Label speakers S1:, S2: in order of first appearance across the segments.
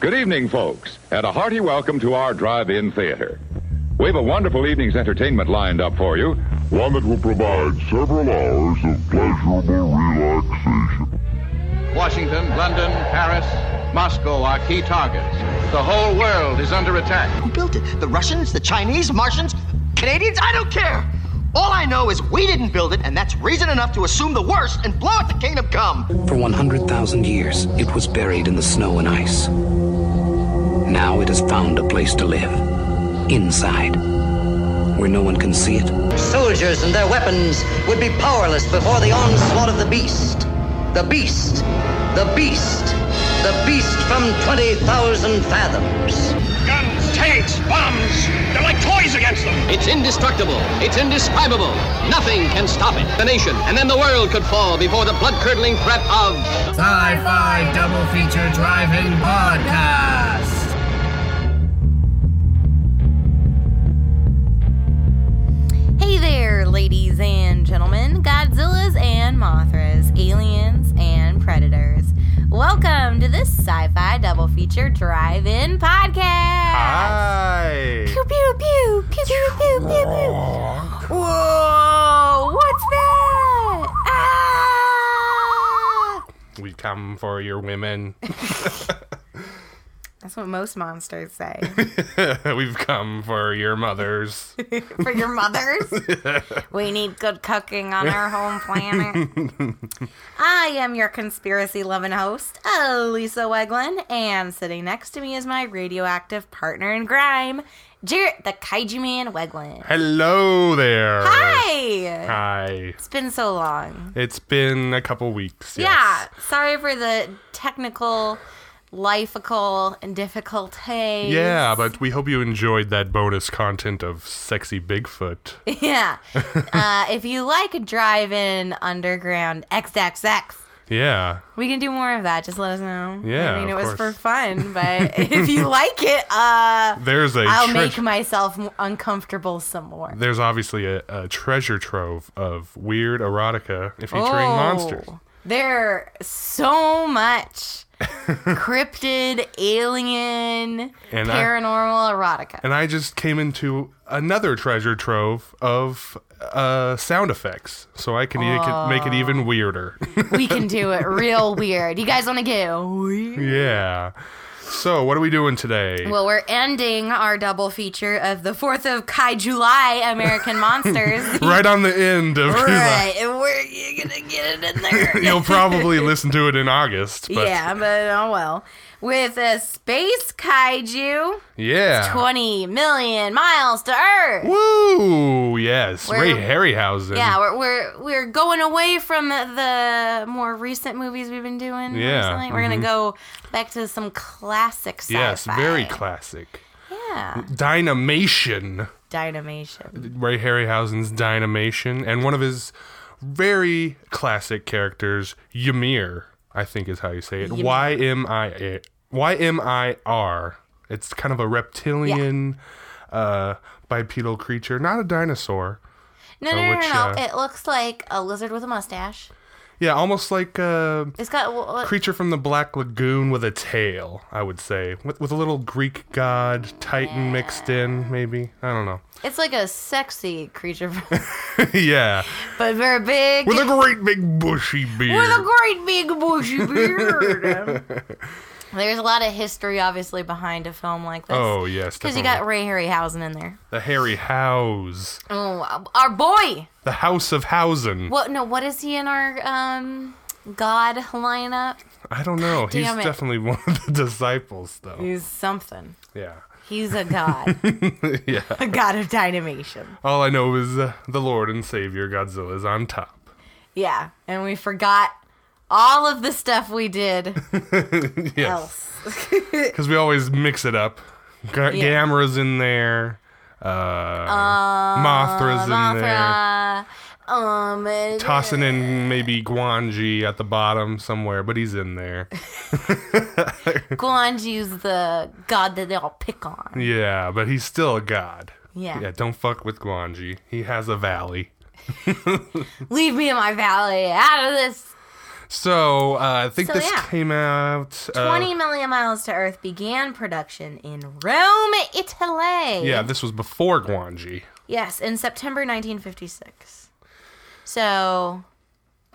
S1: Good evening, folks, and a hearty welcome to our drive in theater. We have a wonderful evening's entertainment lined up for you.
S2: One that will provide several hours of pleasurable relaxation.
S3: Washington, London, Paris, Moscow are key targets. The whole world is under attack.
S4: Who built it? The Russians, the Chinese, Martians, Canadians? I don't care. All I know is we didn't build it, and that's reason enough to assume the worst and blow it to kingdom come.
S5: For 100,000 years, it was buried in the snow and ice. Now it has found a place to live inside, where no one can see it.
S6: Soldiers and their weapons would be powerless before the onslaught of the beast. The beast, the beast, the beast from 20,000 fathoms.
S7: Guns, tanks, bombs. They're like toys against them.
S8: It's indestructible. It's indescribable. Nothing can stop it. The nation and then the world could fall before the blood-curdling threat of
S9: Sci-Fi Double Feature Drive-In Podcast.
S10: Hey there, ladies and gentlemen, Godzillas and Mothras, aliens and predators. Welcome to this sci fi double feature drive in podcast.
S11: Hi.
S10: Pew, pew, pew, pew, pew, pew, pew, pew. Whoa, what's that? Ah!
S11: We come for your women.
S10: That's what most monsters say.
S11: We've come for your mothers.
S10: For your mothers, we need good cooking on our home planet. I am your conspiracy loving host, Elisa Weglin, and sitting next to me is my radioactive partner in grime, Jarrett the Kaiju Man Weglin.
S11: Hello there.
S10: Hi!
S11: Hi.
S10: It's been so long.
S11: It's been a couple weeks. yes.
S10: Yeah, sorry for the technical, lifeical, and difficulties.
S11: Yeah, but we hope you enjoyed that bonus content of sexy Bigfoot.
S10: Yeah. uh, if you like a drive in underground XXX,
S11: Yeah.
S10: we can do more of that. Just let us know.
S11: Yeah,
S10: I mean, it
S11: of
S10: was for
S11: course.
S10: fun, but if you like it, uh,
S11: There's a
S10: I'll
S11: treas-
S10: make myself m- uncomfortable some more.
S11: There's obviously a, a treasure trove of weird erotica featuring monsters.
S10: There Oh, so much cryptid, alien,
S11: And I-
S10: paranormal erotica.
S11: And I just came into another treasure trove of uh, sound effects, so I can, e- can make it even weirder.
S10: we can do it real weird. You guys want to get weird?
S11: yeah. So, what are we doing today?
S10: Well, we're ending our double feature of the 4th of Kai July American Monsters.
S11: right on the end of
S10: right. And we're you're going to get it in there.
S11: You'll probably listen to it in August. But
S10: yeah, but oh well. With a space kaiju,
S11: Uh-huh. Yeah.
S10: 20 million miles to Earth.
S11: Woo! Yes.
S10: We're-
S11: Ray Harryhausen.
S10: Yeah, we're, we're we're going away from the more recent movies we've been doing.
S11: Yeah, mm-hmm.
S10: recently. we're gonna go back to some classic sci-fi.
S11: Yes, very classic.
S10: Yeah,
S11: Dynamation.
S10: Dynamation.
S11: Ray Harryhausen's Dynamation. And one of his very classic characters, Ymir, I think is how you say it. Y M I A. Y M I R. It's kind of a reptilian uh, bipedal creature, not a dinosaur.
S10: No,
S11: So
S10: no, no,
S11: which,
S10: no, no.
S11: uh,
S10: it looks like a lizard with a mustache.
S11: Yeah, almost like uh,
S10: It's got w- w-
S11: creature from the Black Lagoon with a tail, I would say, with, with a little Greek god Titan mixed in, maybe. I don't know.
S10: it's like a sexy creature,
S11: yeah,
S10: but very big.
S11: with a great big bushy beard.
S10: With a great big bushy beard. There's a lot of history, obviously, behind a film like this.
S11: oh yes,
S10: Because
S11: definitely.
S10: you got Ray Harryhausen in there.
S11: the hairy house,
S10: Oh, our boy.
S11: the House of Hausen.
S10: What? No. What is he in our um God lineup?
S11: I don't know. He's
S10: damn it.
S11: definitely one of the disciples, though.
S10: He's something.
S11: yeah.
S10: He's a god.
S11: Yeah.
S10: a god of dynamation.
S11: All I know is uh, the Lord and Savior Godzilla is on top.
S10: Yeah. And we forgot all of the stuff we did
S11: Yes.
S10: else.
S11: Because we always mix it up. Ga
S10: Yeah. Uh,
S11: Gamera's in there. Uh, Mothra's in there.
S10: Mothra. Um. and-
S11: tossing in maybe Guanji at the bottom somewhere, but he's in there.
S10: Guanju's the god that they all pick on.
S11: Yeah, but he's still a god.
S10: Yeah.
S11: Yeah, don't fuck with Guanji. He has a valley.
S10: Leave me in my valley. Out of this
S11: So uh, I think
S10: So,
S11: this
S10: yeah.
S11: came out. uh,
S10: 20 million miles to Earth began production in Rome, Italy.
S11: yeah, this was before Guanji.
S10: Yes, in September 1956. So,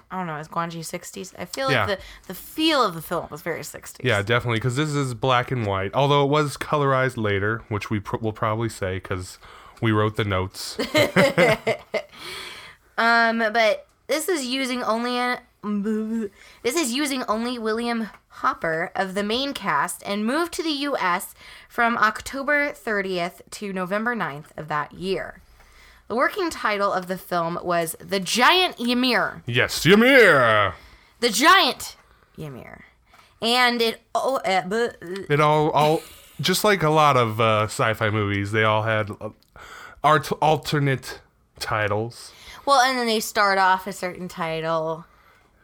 S10: I don't know, is Guanji 60s? I feel like
S11: Yeah.
S10: the, the feel of the film was very 60s.
S11: Yeah, definitely, because this is black and white. Although it was colorized later, which we pr- will probably say because we wrote the notes.
S10: Um, but this is using only a, this is using only William Hopper of the main cast and moved to the US from October 30th to November 9th of that year. The working title of the film was The Giant Ymir.
S11: yes, Ymir.
S10: The giant Ymir. And it oh, uh, bu-
S11: It all all just like a lot of uh, sci-fi movies. They all had uh, art- alternate titles.
S10: well, and then they start off a certain title.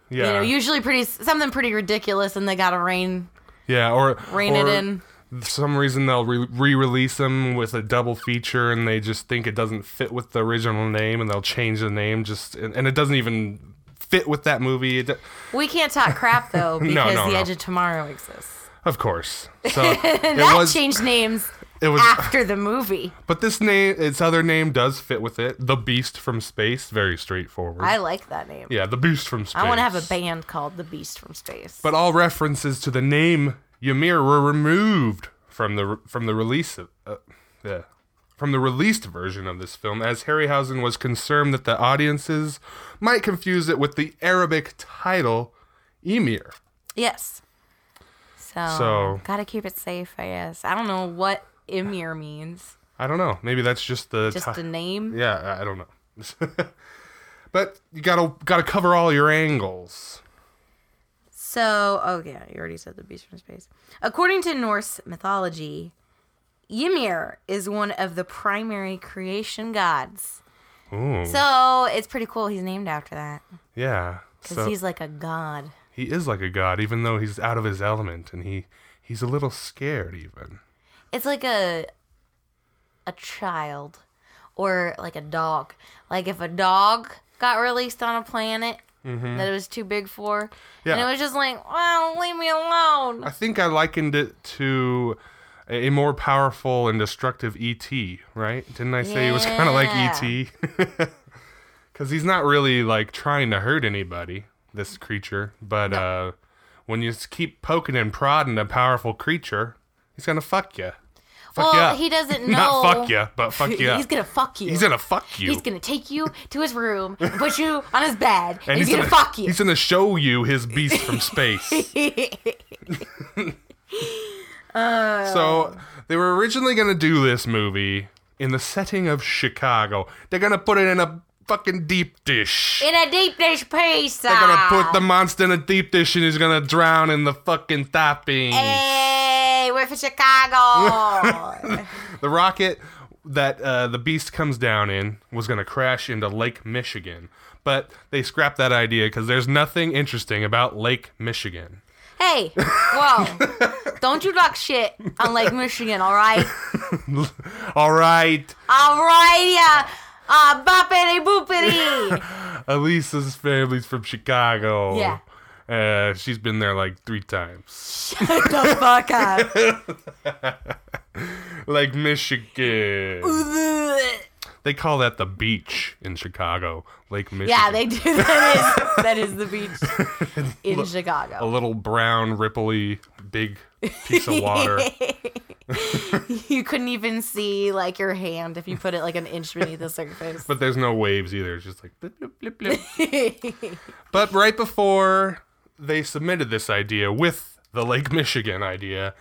S11: Yeah,
S10: You know, usually pretty something pretty ridiculous, and they gotta rein
S11: yeah, or
S10: rein it
S11: or
S10: in.
S11: For some reason they'll re- re-release them with a double feature, and they just think it doesn't fit with the original name, and they'll change the name just, and, and it doesn't even fit with that movie. It,
S10: We can't talk crap though
S11: No,
S10: because
S11: no,
S10: the
S11: no.
S10: Edge of Tomorrow exists.
S11: of course, so
S10: that
S11: it was.
S10: changed names
S11: it was,
S10: after the movie.
S11: but this name, its other name, does fit with it. The Beast from Space, very straightforward.
S10: I like that name.
S11: yeah, the Beast from Space.
S10: I want to have a band called The Beast from Space.
S11: But all references to the name Ymir were removed from the from the release of, uh, yeah, from the released version of this film, as Harryhausen was concerned that the audiences might confuse it with the Arabic title Emir.
S10: Yes. So,
S11: So-
S10: gotta keep it safe, I guess. I don't know what Ymir means.
S11: I don't know. Maybe that's just the
S10: Just
S11: ti-
S10: a name.
S11: Yeah, I I don't know. but you gotta gotta cover all your angles.
S10: So, oh yeah, you already said the beast from space. According to Norse mythology, Ymir is one of the primary creation gods.
S11: Ooh.
S10: So it's pretty cool. He's named after that
S11: yeah.
S10: because
S11: so-
S10: he's like a god.
S11: he is like a god, even though he's out of his element, and he he's a little scared even.
S10: It's like a a child or like a dog. Like if a dog got released on a planet
S11: Mhm.
S10: that it was too big for, and it
S11: Yeah.
S10: was just like, "Wow, leave me alone."
S11: I think I likened it to a a more powerful and destructive ET, right? Didn't I say he was kind of like ET? Because he's not really like trying to hurt anybody, this creature. But uh, when you s- keep poking and prodding a powerful creature, he's gonna fuck you. Fuck
S10: well,
S11: ya.
S10: he doesn't know.
S11: Not fuck you, but fuck you.
S10: He's gonna fuck you.
S11: He's gonna fuck you.
S10: He's gonna take you to his room and put you on his bed, and, he's, gonna, fuck you.
S11: He's gonna show you his beast from space.
S10: Uh,
S11: So they were originally gonna do this movie in the setting of Chicago. They're gonna put it in a fucking deep dish.
S10: in a deep dish pizza.
S11: They're gonna put the monster in a deep dish and he's gonna drown in the fucking topping.
S10: Eh. Hey, we're from Chicago.
S11: The rocket that uh, the beast comes down in was gonna crash into Lake Michigan, but they scrapped that idea because there's nothing interesting about Lake Michigan.
S10: hey, whoa! Don't you talk shit on Lake Michigan, all right?
S11: All right,
S10: All right, yeah. Uh, boppity boopity.
S11: Elisa's family's from Chicago.
S10: Yeah.
S11: Uh, she's been there like three times.
S10: Shut the fuck up.
S11: like Michigan. They call that the beach in Chicago, Lake Michigan.
S10: yeah, they do. That is, that is the beach in Chicago.
S11: A little brown, ripply, big piece of water.
S10: you couldn't even see like your hand if you put it like an inch beneath the surface.
S11: but there's no waves either. It's just like. bloop, bloop, bloop, bloop. But right before they submitted this idea with the Lake Michigan idea,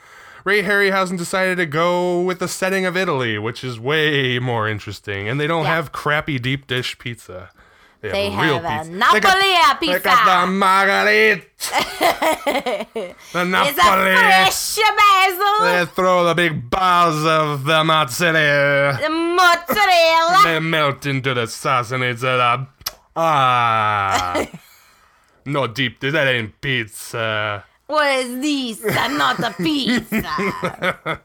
S11: Ray Harryhausen decided to go with the setting of Italy, which is way more interesting. And they don't have crappy deep dish pizza.
S10: They
S11: real
S10: have a
S11: pizza. They got-
S10: Napoleon
S11: They got the
S10: pizza.
S11: margarita. the
S10: It's a
S11: Napoli.
S10: fresh basil,
S11: They throw the big balls of the mozzarella.
S10: the mozzarella.
S11: They melt into the sauce and it's uh, ah. no deep dish. That ain't pizza.
S10: What is this? I'm not a pizza.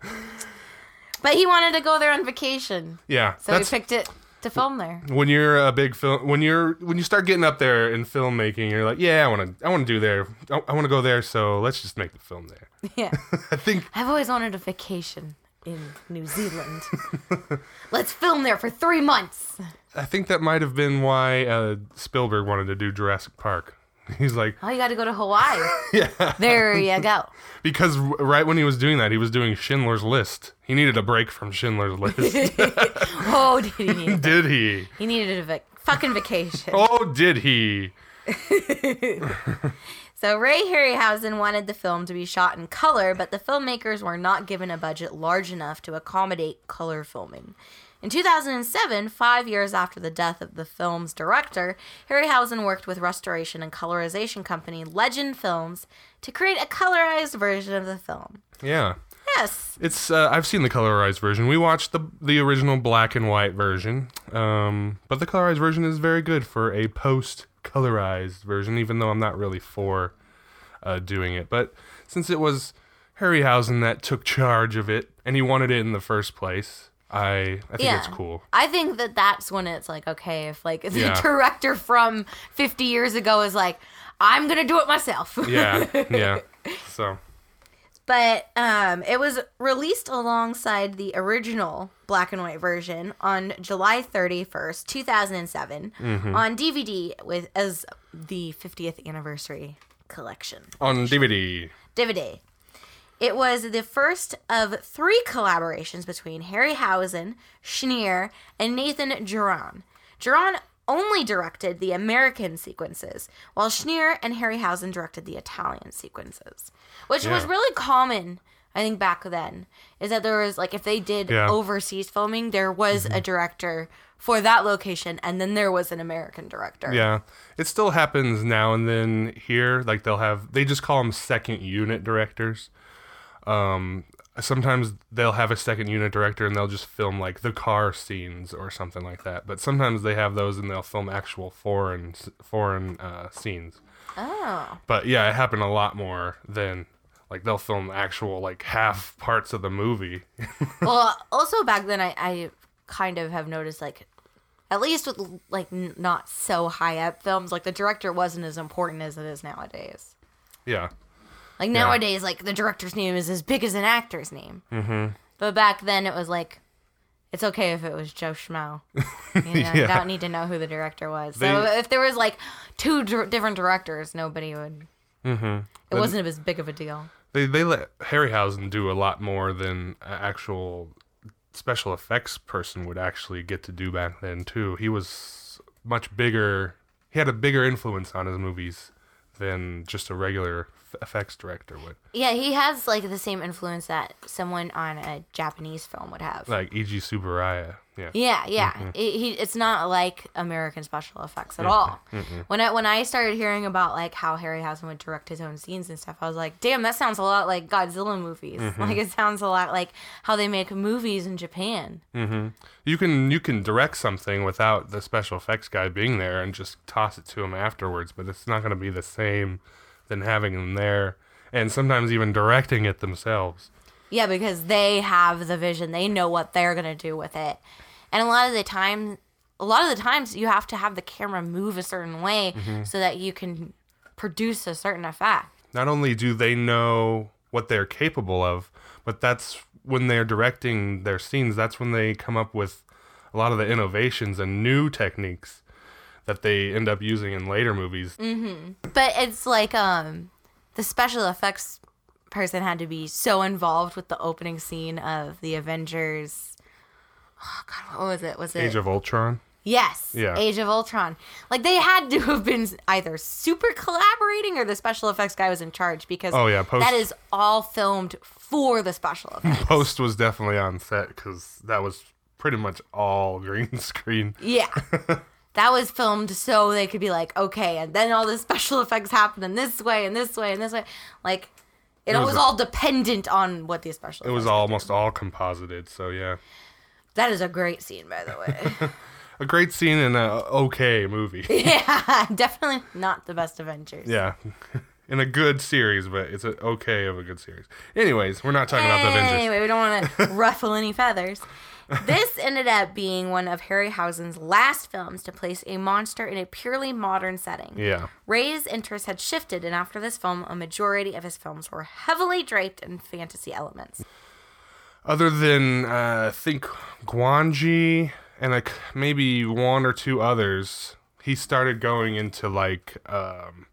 S10: but he wanted to go there on vacation,
S11: Yeah,
S10: so
S11: that's
S10: he picked it. to film there.
S11: when you're a big film when you're when you start getting up there in filmmaking you're like yeah i want to i want to do there i, I want to go there so let's just make the film there
S10: Yeah.
S11: i think
S10: I've always wanted a vacation in New Zealand. Let's film there for three months.
S11: i think that might have been why uh, spielberg wanted to do jurassic park he's like
S10: Oh, you got to go to Hawaii.
S11: yeah
S10: There you go.
S11: because r- right when he was doing that he was doing schindler's list he needed a break from schindler's list
S10: Oh, did he need?
S11: did he
S10: He needed a vac- fucking vacation.
S11: oh did he
S10: So Ray Harryhausen wanted the film to be shot in color, but the filmmakers were not given a budget large enough to accommodate color filming. In 2007, five years after the death of the film's director, Harryhausen worked with restoration and colorization company Legend Films to create a colorized version of the film.
S11: yeah
S10: Yes,
S11: It's uh, I've seen the colorized version. We watched the the original black and white version, um, but the colorized version is very good for a post colorized version. Even though I'm not really for uh, doing it, but since it was Harryhausen that took charge of it and he wanted it in the first place, I I think it's cool.
S10: I think that that's when it's like, okay, if like the
S11: Yeah.
S10: director from 50 years ago is like, I'm gonna do it myself.
S11: Yeah, yeah. So
S10: but um, it was released alongside the original black and white version on July 31st, 2007,
S11: Mhm.
S10: on DVD with as the 50th anniversary collection.
S11: on DVD,
S10: DVD. It was the first of three collaborations between Harryhausen, Schneer, and Nathan Geron. Geron only directed the American sequences, while Schneer and Harryhausen directed the Italian sequences, which was
S12: Yeah.
S10: really common. I think back then is that there was like if they did
S12: Yeah. Mm-hmm.
S10: overseas filming, there was a director for that location, and then there was an American director.
S11: yeah, it still happens now and then here. Like they'll have they just call them second unit directors. Um, sometimes they'll have a second unit director and they'll just film like the car scenes or something like that. But sometimes they have those and they'll film actual foreign s- foreign uh, scenes.
S10: Oh.
S11: But yeah, it happened a lot more than like they'll film actual like half parts of the movie.
S10: well, also back then, I, I kind of have noticed like, at least with like n- not so high up films, like the director wasn't as important as it is nowadays.
S11: yeah.
S10: Like
S11: Yeah.
S10: nowadays, like the director's name is as big as an actor's name,
S11: Mm-hmm.
S10: but back then it was like, it's okay if it was Joe Schmo. You know, I
S11: Yeah.
S10: don't need to know who the director was. so
S11: They-
S10: if there was like two dir- different directors, nobody would.
S11: Mm-hmm.
S10: It wasn't as big of a deal.
S11: They they let Harryhausen do a lot more than a actual special effects person would actually get to do back then too. He was much bigger. He had a bigger influence on his movies than just a regular f- effects director would,
S10: Yeah, he has like the same influence that someone on a Japanese film would have.
S11: like E.G. Subaraya. Yeah.
S10: Yeah, yeah.
S11: Mhm.
S10: It, he, it's not like American special effects at
S11: Mhm,
S10: all.
S11: mhm.
S10: When I when I started hearing about like how Harryhausen would direct his own scenes and stuff, I was like, damn, that sounds a lot like Godzilla movies.
S11: Mhm.
S10: Like it sounds a lot like how they make movies in Japan.
S11: hmm You can you can direct something without the special effects guy being there and just toss it to him afterwards, but it's not going to be the same than having them there and sometimes even directing it themselves.
S10: Yeah, because they have the vision. They know what they're gonna do with it. And a lot of the time, a lot of the times, you have to have the camera move a certain way
S11: Mhm.
S10: so that you can produce a certain effect.
S11: Not only do they know what they're capable of, but that's when they're directing their scenes, that's when they come up with a lot of the innovations and new techniques that they end up using in later movies.
S10: hmm But it's like um, the special effects person had to be so involved with the opening scene of the Avengers. Oh God, what was it? Was it
S11: Age of Ultron.
S10: Yes.
S11: Yeah.
S10: Age of Ultron. Like they had to have been either super collaborating or the special effects guy was in charge because
S11: Oh, yeah, post-
S10: that is all filmed for the special effects.
S11: Post was definitely on set because that was pretty much all green screen.
S10: Yeah. that was filmed so they could be like, okay, and then all the special effects happen in this way and this way and this way. Like, it,
S11: It
S10: was,
S11: was a-
S10: all dependent on what the special
S11: It was almost all composited, so yeah,
S10: That is a great scene, by the way.
S11: a great scene in a okay movie.
S10: yeah, definitely not the best Avengers.
S11: Yeah. in a good series, but it's a okay of a good series. Anyways, we're not talking about the Avengers.
S10: Anyway, we don't want to ruffle any feathers. this ended up being one of Harryhausen's last films to place a monster in a purely modern setting.
S11: Yeah.
S10: Ray's interests had shifted, and after this film, a majority of his films were heavily draped in fantasy elements.
S11: Other than uh, I think Guanji and like maybe one or two others, he started going into like um,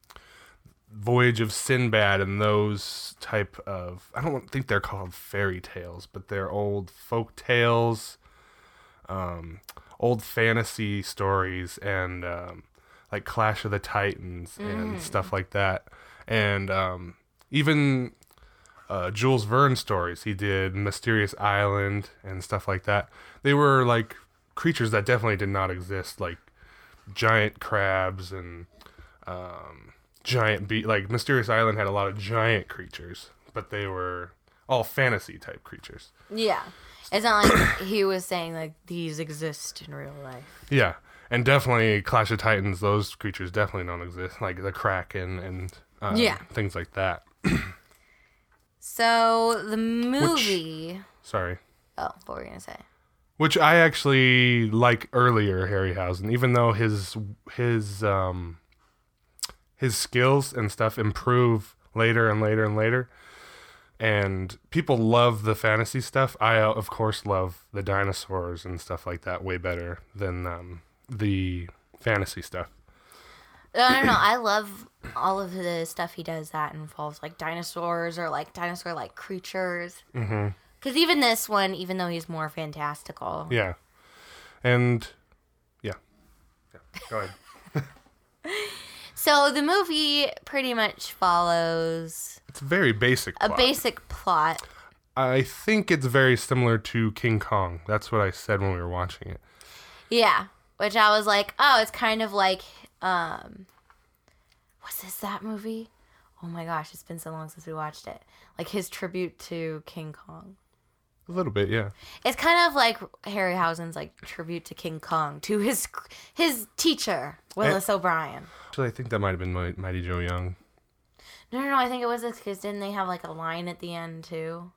S11: Voyage of Sinbad and those type of I don't think they're called fairy tales, but they're old folk tales, um, old fantasy stories, and um, like Clash of the Titans
S12: Mm.
S11: and stuff like that, and um, even uh, Jules Verne stories. He did Mysterious Island and stuff like that. They were like creatures that definitely did not exist, like giant crabs and um, giant be like Mysterious Island had a lot of giant creatures, but they were all fantasy type creatures.
S10: Yeah. It's not like he was saying, like, these exist in real life.
S11: Yeah, and definitely Clash of Titans. Those creatures definitely don't exist, like the Kraken and um,
S10: Yeah.
S11: things like that.
S10: So the movie.
S11: Sorry.
S10: Oh, what were you going to say?
S11: which I actually like earlier Harryhausen, even though his his um his skills and stuff improve later and later and later. And people love the fantasy stuff. I uh, of course love the dinosaurs and stuff like that way better than um, the fantasy stuff.
S10: No, no, no. I love all of the stuff he does that involves like dinosaurs or like dinosaur like creatures.
S11: Mhm.
S10: Because even this one, even though he's more fantastical,
S11: Yeah, and yeah, yeah. Go ahead.
S10: So the movie pretty much follows
S11: It's very basic.
S10: a
S11: plot.
S10: basic plot.
S11: I think it's very similar to King Kong. That's what I said when we were watching it.
S10: Yeah, which I was like, oh, it's kind of like, um, was this that movie? Oh my gosh, it's been so long since we watched it. Like his tribute to King Kong.
S11: A little bit, yeah.
S10: It's kind of like Harryhausen's like tribute to King Kong to his his teacher
S11: Eh.
S10: Willis O'Brien.
S11: Actually, I think that might have been Mi- Mighty Joe Young.
S10: No, no, no. I think it was this because didn't they have like a line at the end too?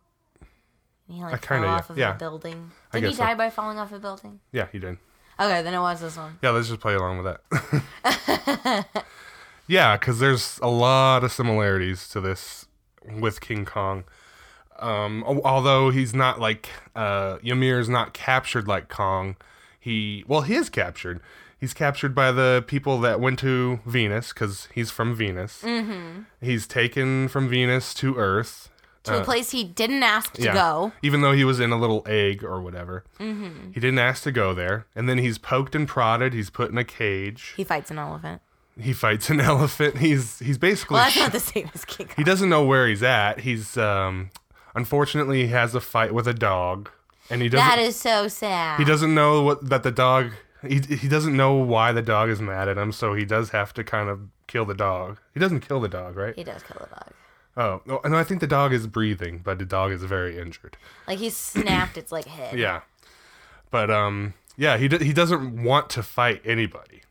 S10: And he
S11: I
S10: like
S11: kinda-
S10: fell off of
S11: yeah.
S10: a building.
S11: I
S10: Did he
S11: guess so.
S10: die by falling off a building?
S11: Yeah, he did.
S10: Okay, then it was this one.
S11: Yeah, let's just play along with that. yeah, because there's a lot of similarities to this with King Kong. Um, al- although he's not like uh, Ymir's not captured like Kong. He well, he is captured. He's captured by the people that went to Venus because he's from Venus.
S10: Mm-hmm.
S11: He's taken from Venus to Earth
S10: To a
S11: Uh,
S10: place he didn't ask to
S11: yeah,
S10: go.
S11: even though he was in a little egg or whatever.
S10: Mm-hmm.
S11: He didn't ask to go there. And then he's poked and prodded. He's put in a cage.
S10: He fights an elephant.
S11: He fights an elephant. He's he's basically
S10: Well, that's not the same as King Kong.
S11: he doesn't know where he's at. He's um unfortunately he has a fight with a dog, and he doesn't
S10: That is so sad.
S11: he doesn't know what that the dog he he doesn't know why the dog is mad at him. So he does have to kind of kill the dog. He doesn't kill the dog, right?
S10: He does kill the dog.
S11: Oh, no, and I think the dog is breathing, but the dog is very injured.
S10: Like he snapped its like head.
S11: Yeah. But um yeah, he d- he doesn't want to fight anybody.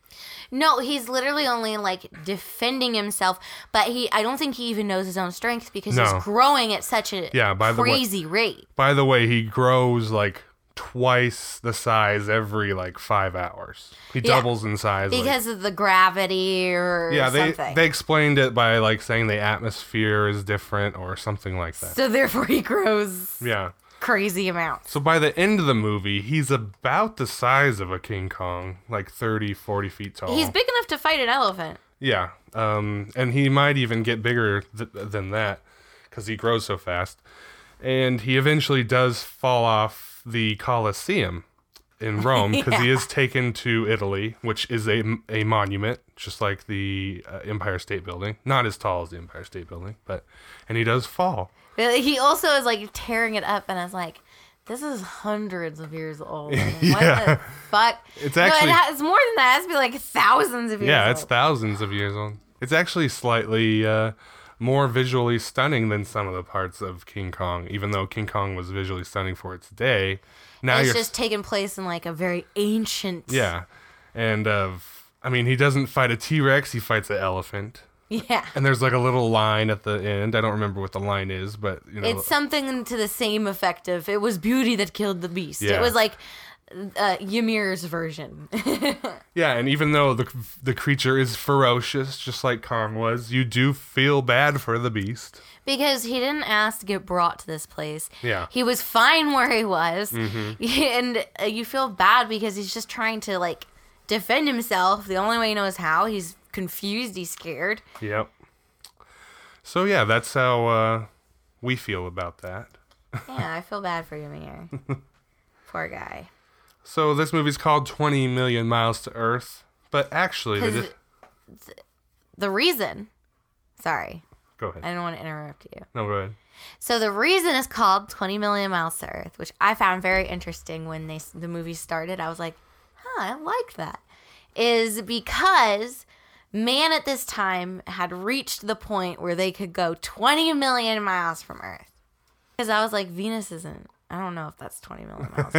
S10: No, he's literally only like defending himself, but he I don't think he even knows his own strength because
S11: No.
S10: he's growing at such a
S11: Yeah, by the way-
S10: crazy rate.
S11: By the way, he grows like twice the size every like 5 hours. He
S10: Yeah.
S11: doubles in size. like-
S10: Because of the gravity or
S11: yeah, they
S10: something.
S11: they explained it by like saying the atmosphere is different or something like that.
S10: so therefore he grows
S11: yeah.
S10: crazy amounts.
S11: So by the end of the movie, he's about the size of a King Kong, like 30, 40 feet tall.
S10: He's big enough to fight an elephant.
S11: Yeah, um, and he might even get bigger th- than that because he grows so fast. And he eventually does fall off the Colosseum in Rome because he
S12: Yeah.
S11: is taken to Italy, which is a, a monument, just like the uh, Empire State Building. Not as tall as the Empire State Building, but and he does fall.
S10: But He also is like tearing it up, and I was like, "This is hundreds of years old. Like, What
S11: Yeah.
S10: the fuck?"
S11: It's
S10: no,
S11: actually-
S10: it ha- it's more than that. It has to be like thousands of years.
S11: Yeah,
S10: old.
S11: it's thousands of years old. It's actually slightly uh, more visually stunning than some of the parts of King Kong, even though King Kong was visually stunning for its day. Now
S10: it's
S11: you're
S10: just taking place in like a very ancient.
S11: yeah, and uh, I mean he doesn't fight a T Rex; he fights an elephant.
S10: Yeah.
S11: And there's like a little line at the end. I don't remember what the line is, but you know,
S10: it's something to the same effect of it was beauty that killed the beast. It
S11: Yeah.
S10: was like uh, Ymir's version.
S11: yeah. And even though the the creature is ferocious, just like Kong was, you do feel bad for the beast.
S10: because he didn't ask to get brought to this place.
S11: Yeah.
S10: He was fine where he was.
S11: Mhm.
S10: And uh, you feel bad because he's just trying to like defend himself. The only way he knows how. He's confused, he's scared.
S11: Yep. So yeah, that's how uh, we feel about that.
S10: Yeah, I feel bad for Ymir. Poor guy.
S11: So this movie's called Twenty Million Miles to Earth, but actually, they
S10: 'Cause-
S11: just-
S10: The reason. Sorry.
S11: go
S10: I
S11: ahead.
S10: didn't want to interrupt you.
S11: No, go ahead.
S10: So the reason is called 20 million miles to Earth, which I found very interesting when they the movie started. I was like, "Huh, I like that." Is because man at this time had reached the point where they could go 20 million miles from Earth. Cuz I was like, Venus isn't. I don't know if that's 20 million miles.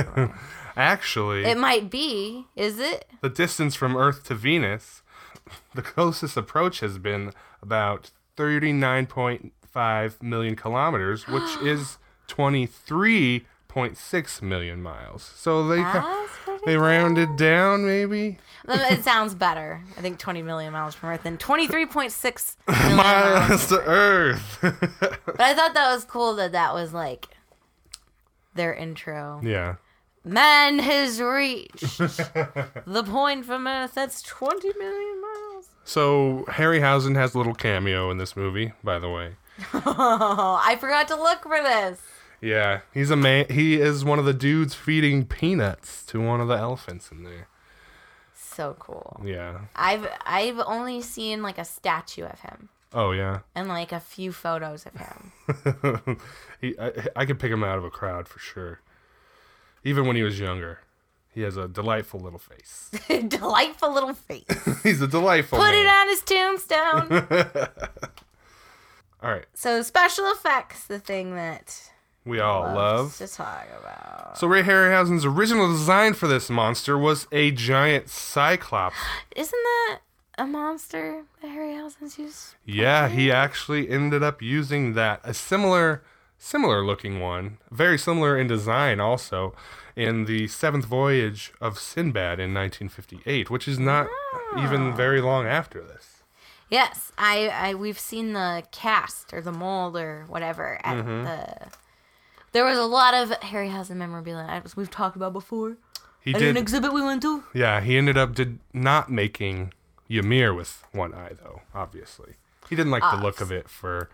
S11: Actually,
S10: it might be. Is it?
S11: the distance from Earth to Venus, the closest approach has been about 39.5 million kilometers, which is 23.6 million miles. So they ca- they rounded down maybe
S10: it sounds better. I think 20 million miles from Earth than 23.6
S11: miles to Earth.
S10: But I thought that was cool that that was like their intro.
S11: yeah.
S10: Man has reached the point from Earth that's 20 million miles.
S11: So Harryhausen has a little cameo in this movie, by the way.
S10: Oh, I forgot to look for this.
S11: Yeah, he's a man. He is one of the dudes feeding peanuts to one of the elephants in there.
S10: So cool.
S11: Yeah.
S10: I've I've only seen like a statue of him
S11: Oh yeah.
S10: and like a few photos of him.
S11: he, I, I could pick him out of a crowd for sure. Even when he was younger, he has a delightful little face.
S10: Delightful little face.
S11: He's a delightful.
S10: Put it
S11: Oh, man.
S10: on his tombstone.
S11: All right,
S10: so special effects, the thing that
S11: we all
S10: loves
S11: love.
S10: to talk about.
S11: So Ray Harryhausen's original design for this monster was a giant cyclops.
S10: Isn't that a monster that Harryhausen's used?
S11: Yeah, he actually ended up using that a similar similar looking one, very similar in design also in the 7th voyage of Sinbad in 1958, which is not even very long after this.
S10: Yes, I, I we've seen the cast or the mold or whatever at
S11: Mhm.
S10: the. There was a lot of Harryhausen memorabilia as we've talked about before.
S11: He
S10: at
S11: did-
S10: an exhibit we went to.
S11: Yeah, he ended up did not making Ymir with one eye though, obviously. He didn't like the look of it for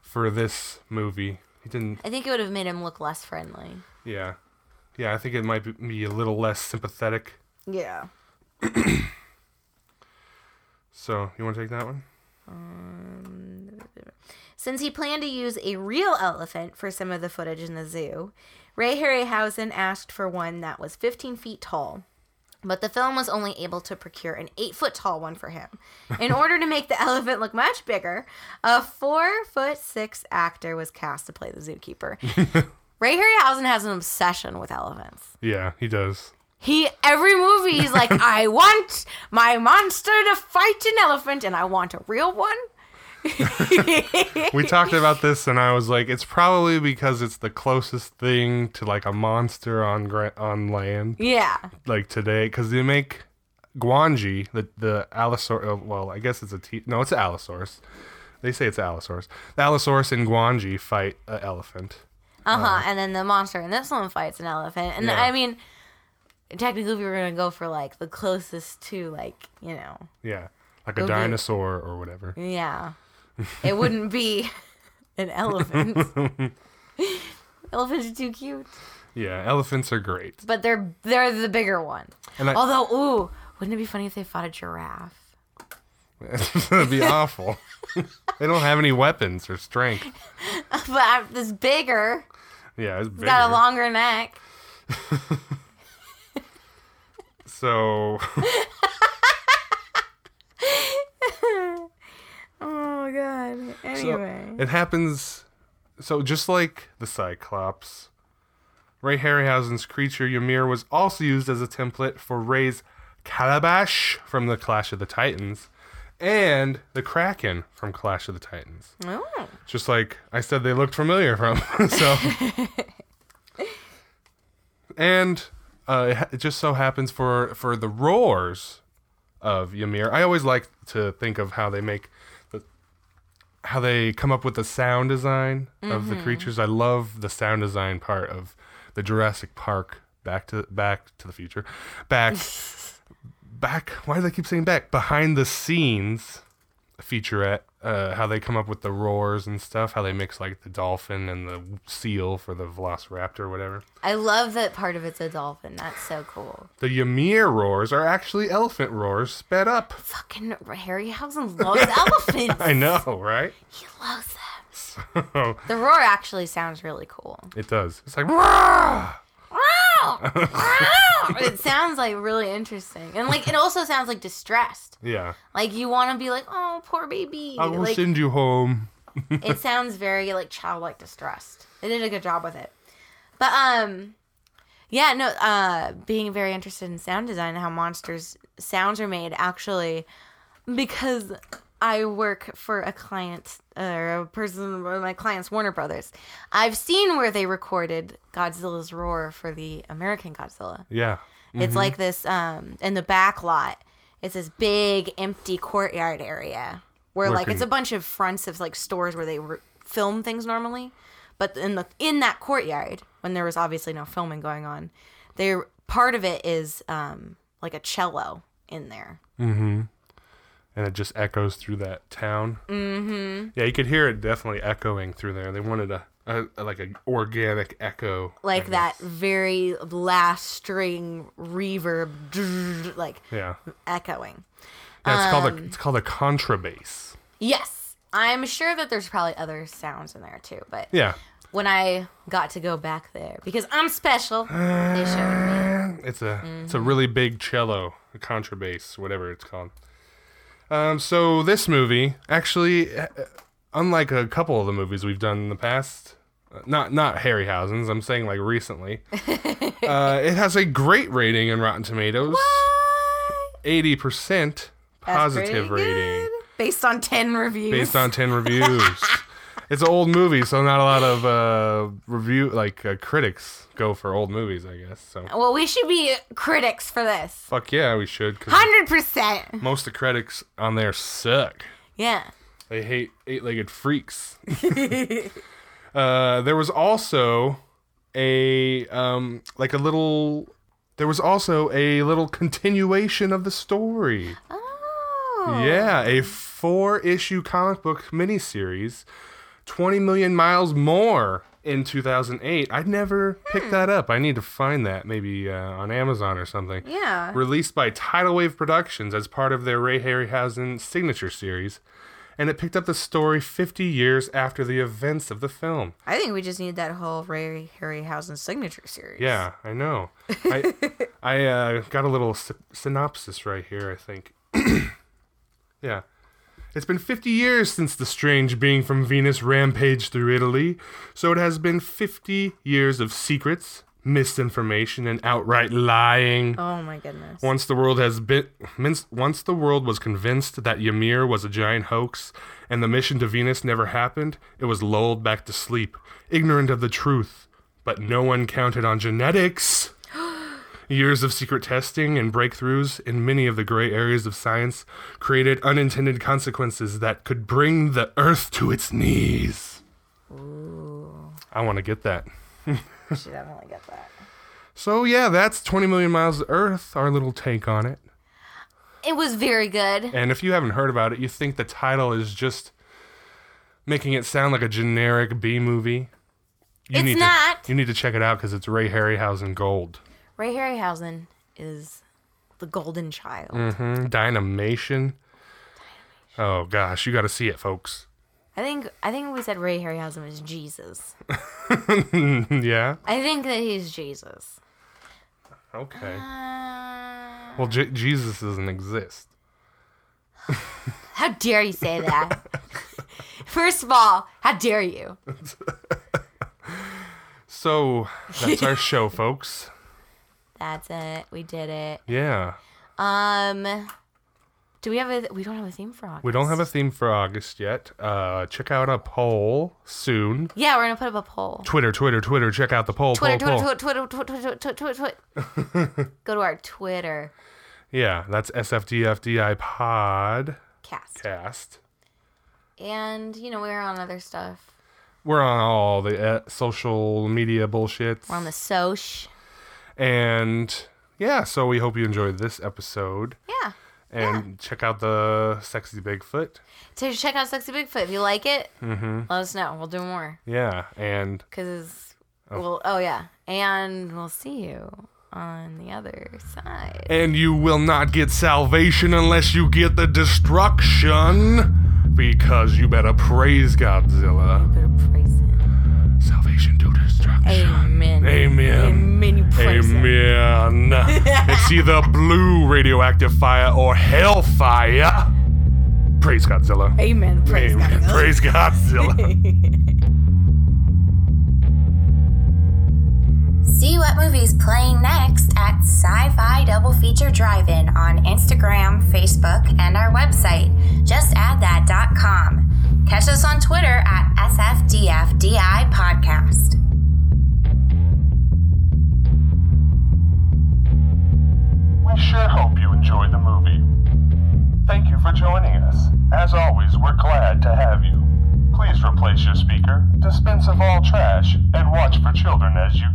S11: for this movie. He didn't
S10: I think it would have made him look less friendly.
S11: yeah. Yeah, I think it might be- be a little less sympathetic.
S10: Yeah.
S11: So, you want to take that one?
S10: Since he planned to use a real elephant for some of the footage in the zoo, Ray Harryhausen asked for one that was 15 feet tall. But the film was only able to procure an eight foot tall one for him. In order to make the elephant look much bigger, a four foot six actor was cast to play the zookeeper. Ray Harryhausen has an obsession with elephants.
S11: Yeah, he does.
S10: He every movie he's like, I want my monster to fight an elephant, and I want a real one.
S11: we talked about this and I was like it's probably because it's the closest thing to like a monster on gra- on land
S10: Yeah.
S11: like today cuz they make Guanji the the allosaur uh, well I guess it's a t- no it's an allosaurus. They say it's allosaurus. The allosaurus and Guanji fight an elephant.
S10: Uh huh. and then the monster in this one fights an elephant. And
S11: Uh-huh. Yeah.
S10: I mean, technically, we were going to go for like the closest to, like, you know,
S11: Yeah. Like
S10: Go
S11: a
S10: get-
S11: dinosaur or whatever.
S10: yeah. It wouldn't be an elephant. Elephants are too cute.
S11: yeah, elephants are great.
S10: But they're they're the bigger one.
S11: And I-
S10: Although, ooh, wouldn't it be funny if they fought a giraffe?
S11: That'd be awful. they don't have any weapons or strength.
S10: but I'm, this bigger,
S11: Yeah, it's
S10: it's got a
S11: bigger.
S10: longer neck.
S11: So
S10: oh
S11: Oh
S10: god.
S11: So,
S10: Anyway.
S11: it happens. So just like the Cyclops, Ray Harryhausen's creature Ymir was also used as a template for Ray's Calabash from the Clash of the Titans, and the Kraken from Clash of the Titans.
S10: Oh.
S11: Just like I said, they looked familiar from. so, and uh, it, ha- it just so happens for for the roars of Ymir, I always like to think of how they make the, how they come up with the sound design of the
S12: Mhm.
S11: creatures. I love the sound design part of the Jurassic Park Back to Back to the Future, back back. Why do I keep saying back? Behind the scenes featurette, uh, how they come up with the roars and stuff. How they mix like the dolphin and the seal for the Velociraptor, or whatever.
S10: I love that part of it's a dolphin. That's so cool.
S11: The Ymir roars are actually elephant roars sped up.
S10: Fucking Harryhausen loves elephants.
S11: I know, right?
S10: He loves them.
S11: So,
S10: The roar actually sounds really cool.
S11: it does. It's like "Rah!"
S10: it sounds like really interesting, and like it also sounds like distressed.
S11: yeah.
S10: Like you want to be like, oh, poor baby.
S11: I will
S10: like,
S11: send you home.
S10: it sounds very like childlike distressed. They did a good job with it. But um yeah, no, uh being very interested in sound design and how monsters sounds are made actually because I work for a client or a person one of my clients Warner Brothers. I've seen where they recorded Godzilla's roar for the American Godzilla.
S11: Yeah.
S10: It's
S11: Mhm.
S10: like this um in the back lot. It's this big empty courtyard area where like
S13: Working-
S10: it's a bunch of fronts of like stores where they re- film things normally, but in the in that courtyard when there was obviously no filming going on, there part of it is um like a cello in there.
S11: Mm-hmm. And it just echoes through that town.
S10: Mhm.
S11: Yeah, you could hear it definitely echoing through there. They wanted a, a, a- like an organic echo.
S10: Like that very last string reverb like
S11: Yeah.
S10: echoing.
S11: Yeah, it's called a,
S10: Um,
S11: it's called a contrabass.
S10: Yes. I'm sure that there's probably other sounds in there too, but
S11: Yeah.
S10: when I got to go back there because I'm special. They showed me.
S11: It's a it's
S10: Mm-hmm.
S11: a really big cello, a contrabass, whatever it's called. Um, so this movie actually, uh, unlike a couple of the movies we've done in the past, uh, not not Harryhausen's, I'm saying like recently, uh, it has a great rating in Rotten Tomatoes, eighty percent
S10: That's
S11: positive
S10: pretty
S11: rating
S10: based on 10 reviews.
S11: based on 10 reviews. it's an old movie, so not a lot of uh, review like uh, critics go for old movies, I guess. So
S10: Well, we should be critics for this.
S11: fuck yeah, we should. 'cause
S10: 100%.
S11: most of the critics on there suck.
S10: Yeah.
S11: They hate eight-legged freaks. uh, there was also a um, like a little. There was also a little continuation of the story. Oh. Yeah, a four-issue comic book miniseries, twenty million miles more in 2008. I never picked that up. I need to find that maybe uh, on Amazon or something.
S10: Yeah.
S11: Released by Tidal Wave Productions as part of their Ray Harryhausen signature series, and it picked up the story 50 years after the events of the film.
S10: I think we just need that whole Ray Harryhausen signature series.
S11: Yeah, I know. I I uh, got a little sy- synopsis right here. I think. yeah. It's been 50 years since the strange being from Venus rampaged through Italy, so it has been 50 years of secrets, misinformation, and outright lying.
S10: Oh my goodness.
S11: Once the world has been, mince- once the world was convinced that Ymir was a giant hoax and the mission to Venus never happened, it was lulled back to sleep, ignorant of the truth. But no one counted on genetics. Years of secret testing and breakthroughs in many of the gray areas of science created unintended consequences that could bring the Earth to its knees. I want to get that.
S10: Should definitely get that.
S11: So yeah, that's 20 million miles to Earth, our little take on it.
S10: It was very good.
S11: And if you haven't heard about it, you think the title is just making it sound like a generic B movie. You
S10: It's
S11: need
S10: not.
S11: To, you need to check it out because it's Ray Harryhausen Gold.
S10: Ray Harryhausen is the golden child.
S11: Mm-hmm. Dynamation. Oh gosh, you got to see it, folks.
S10: I think I think we said Ray Harryhausen was Jesus.
S11: yeah.
S10: I think that he's Jesus.
S11: Okay.
S10: Uh.
S11: Well, J- Jesus doesn't exist.
S10: How dare you say that? First of all, how dare you?
S11: So that's our show, folks.
S10: That's it. We did it.
S11: Yeah.
S10: Um Do we have a? We don't have a theme for August.
S11: We don't have a theme for August yet. Uh, check out a poll soon.
S10: Yeah, we're gonna put up a poll.
S11: Twitter, Twitter, Twitter. Check out the poll.
S10: Twitter,
S11: poll, poll.
S10: Twitter, Twitter, Twitter, Twitter, Twitter, Twitter, Twitter. Go to our Twitter.
S11: Yeah, that's SFDFDI Pod
S10: Cast.
S11: Cast.
S10: And you know we're on other stuff.
S11: We're on all the uh, social media bullshit.
S10: We're on the Soch.
S11: And yeah, so we hope you enjoyed this episode.
S10: Yeah.
S11: And check out the Sexy Bigfoot.
S10: So check out Sexy Bigfoot if you like it.
S11: Mm-hmm.
S10: Let us know. We'll do more
S11: Yeah, and
S10: because
S11: Oh.
S10: we'll. Oh yeah, and we'll see you on the other side.
S11: and you will not get salvation unless you get the destruction, because you better praise Godzilla. Salvation due destruction.
S10: Amen.
S11: Amen.
S10: Amen. You praise him.
S11: Amen. it's either blue radioactive fire or hellfire. Praise Godzilla.
S10: Amen. Praise
S11: Amen.
S10: Godzilla.
S11: Praise Godzilla.
S12: See what movie's playing next at Sci Fi Double Feature Drive In on Instagram, Facebook, and our website. Just add that dot .com. Catch us on Twitter at SFDFDI Podcast.
S13: We sure hope you enjoyed the movie. Thank you for joining us. As always, we're glad to have you. Please replace your speaker, dispense of all trash, and watch for children as you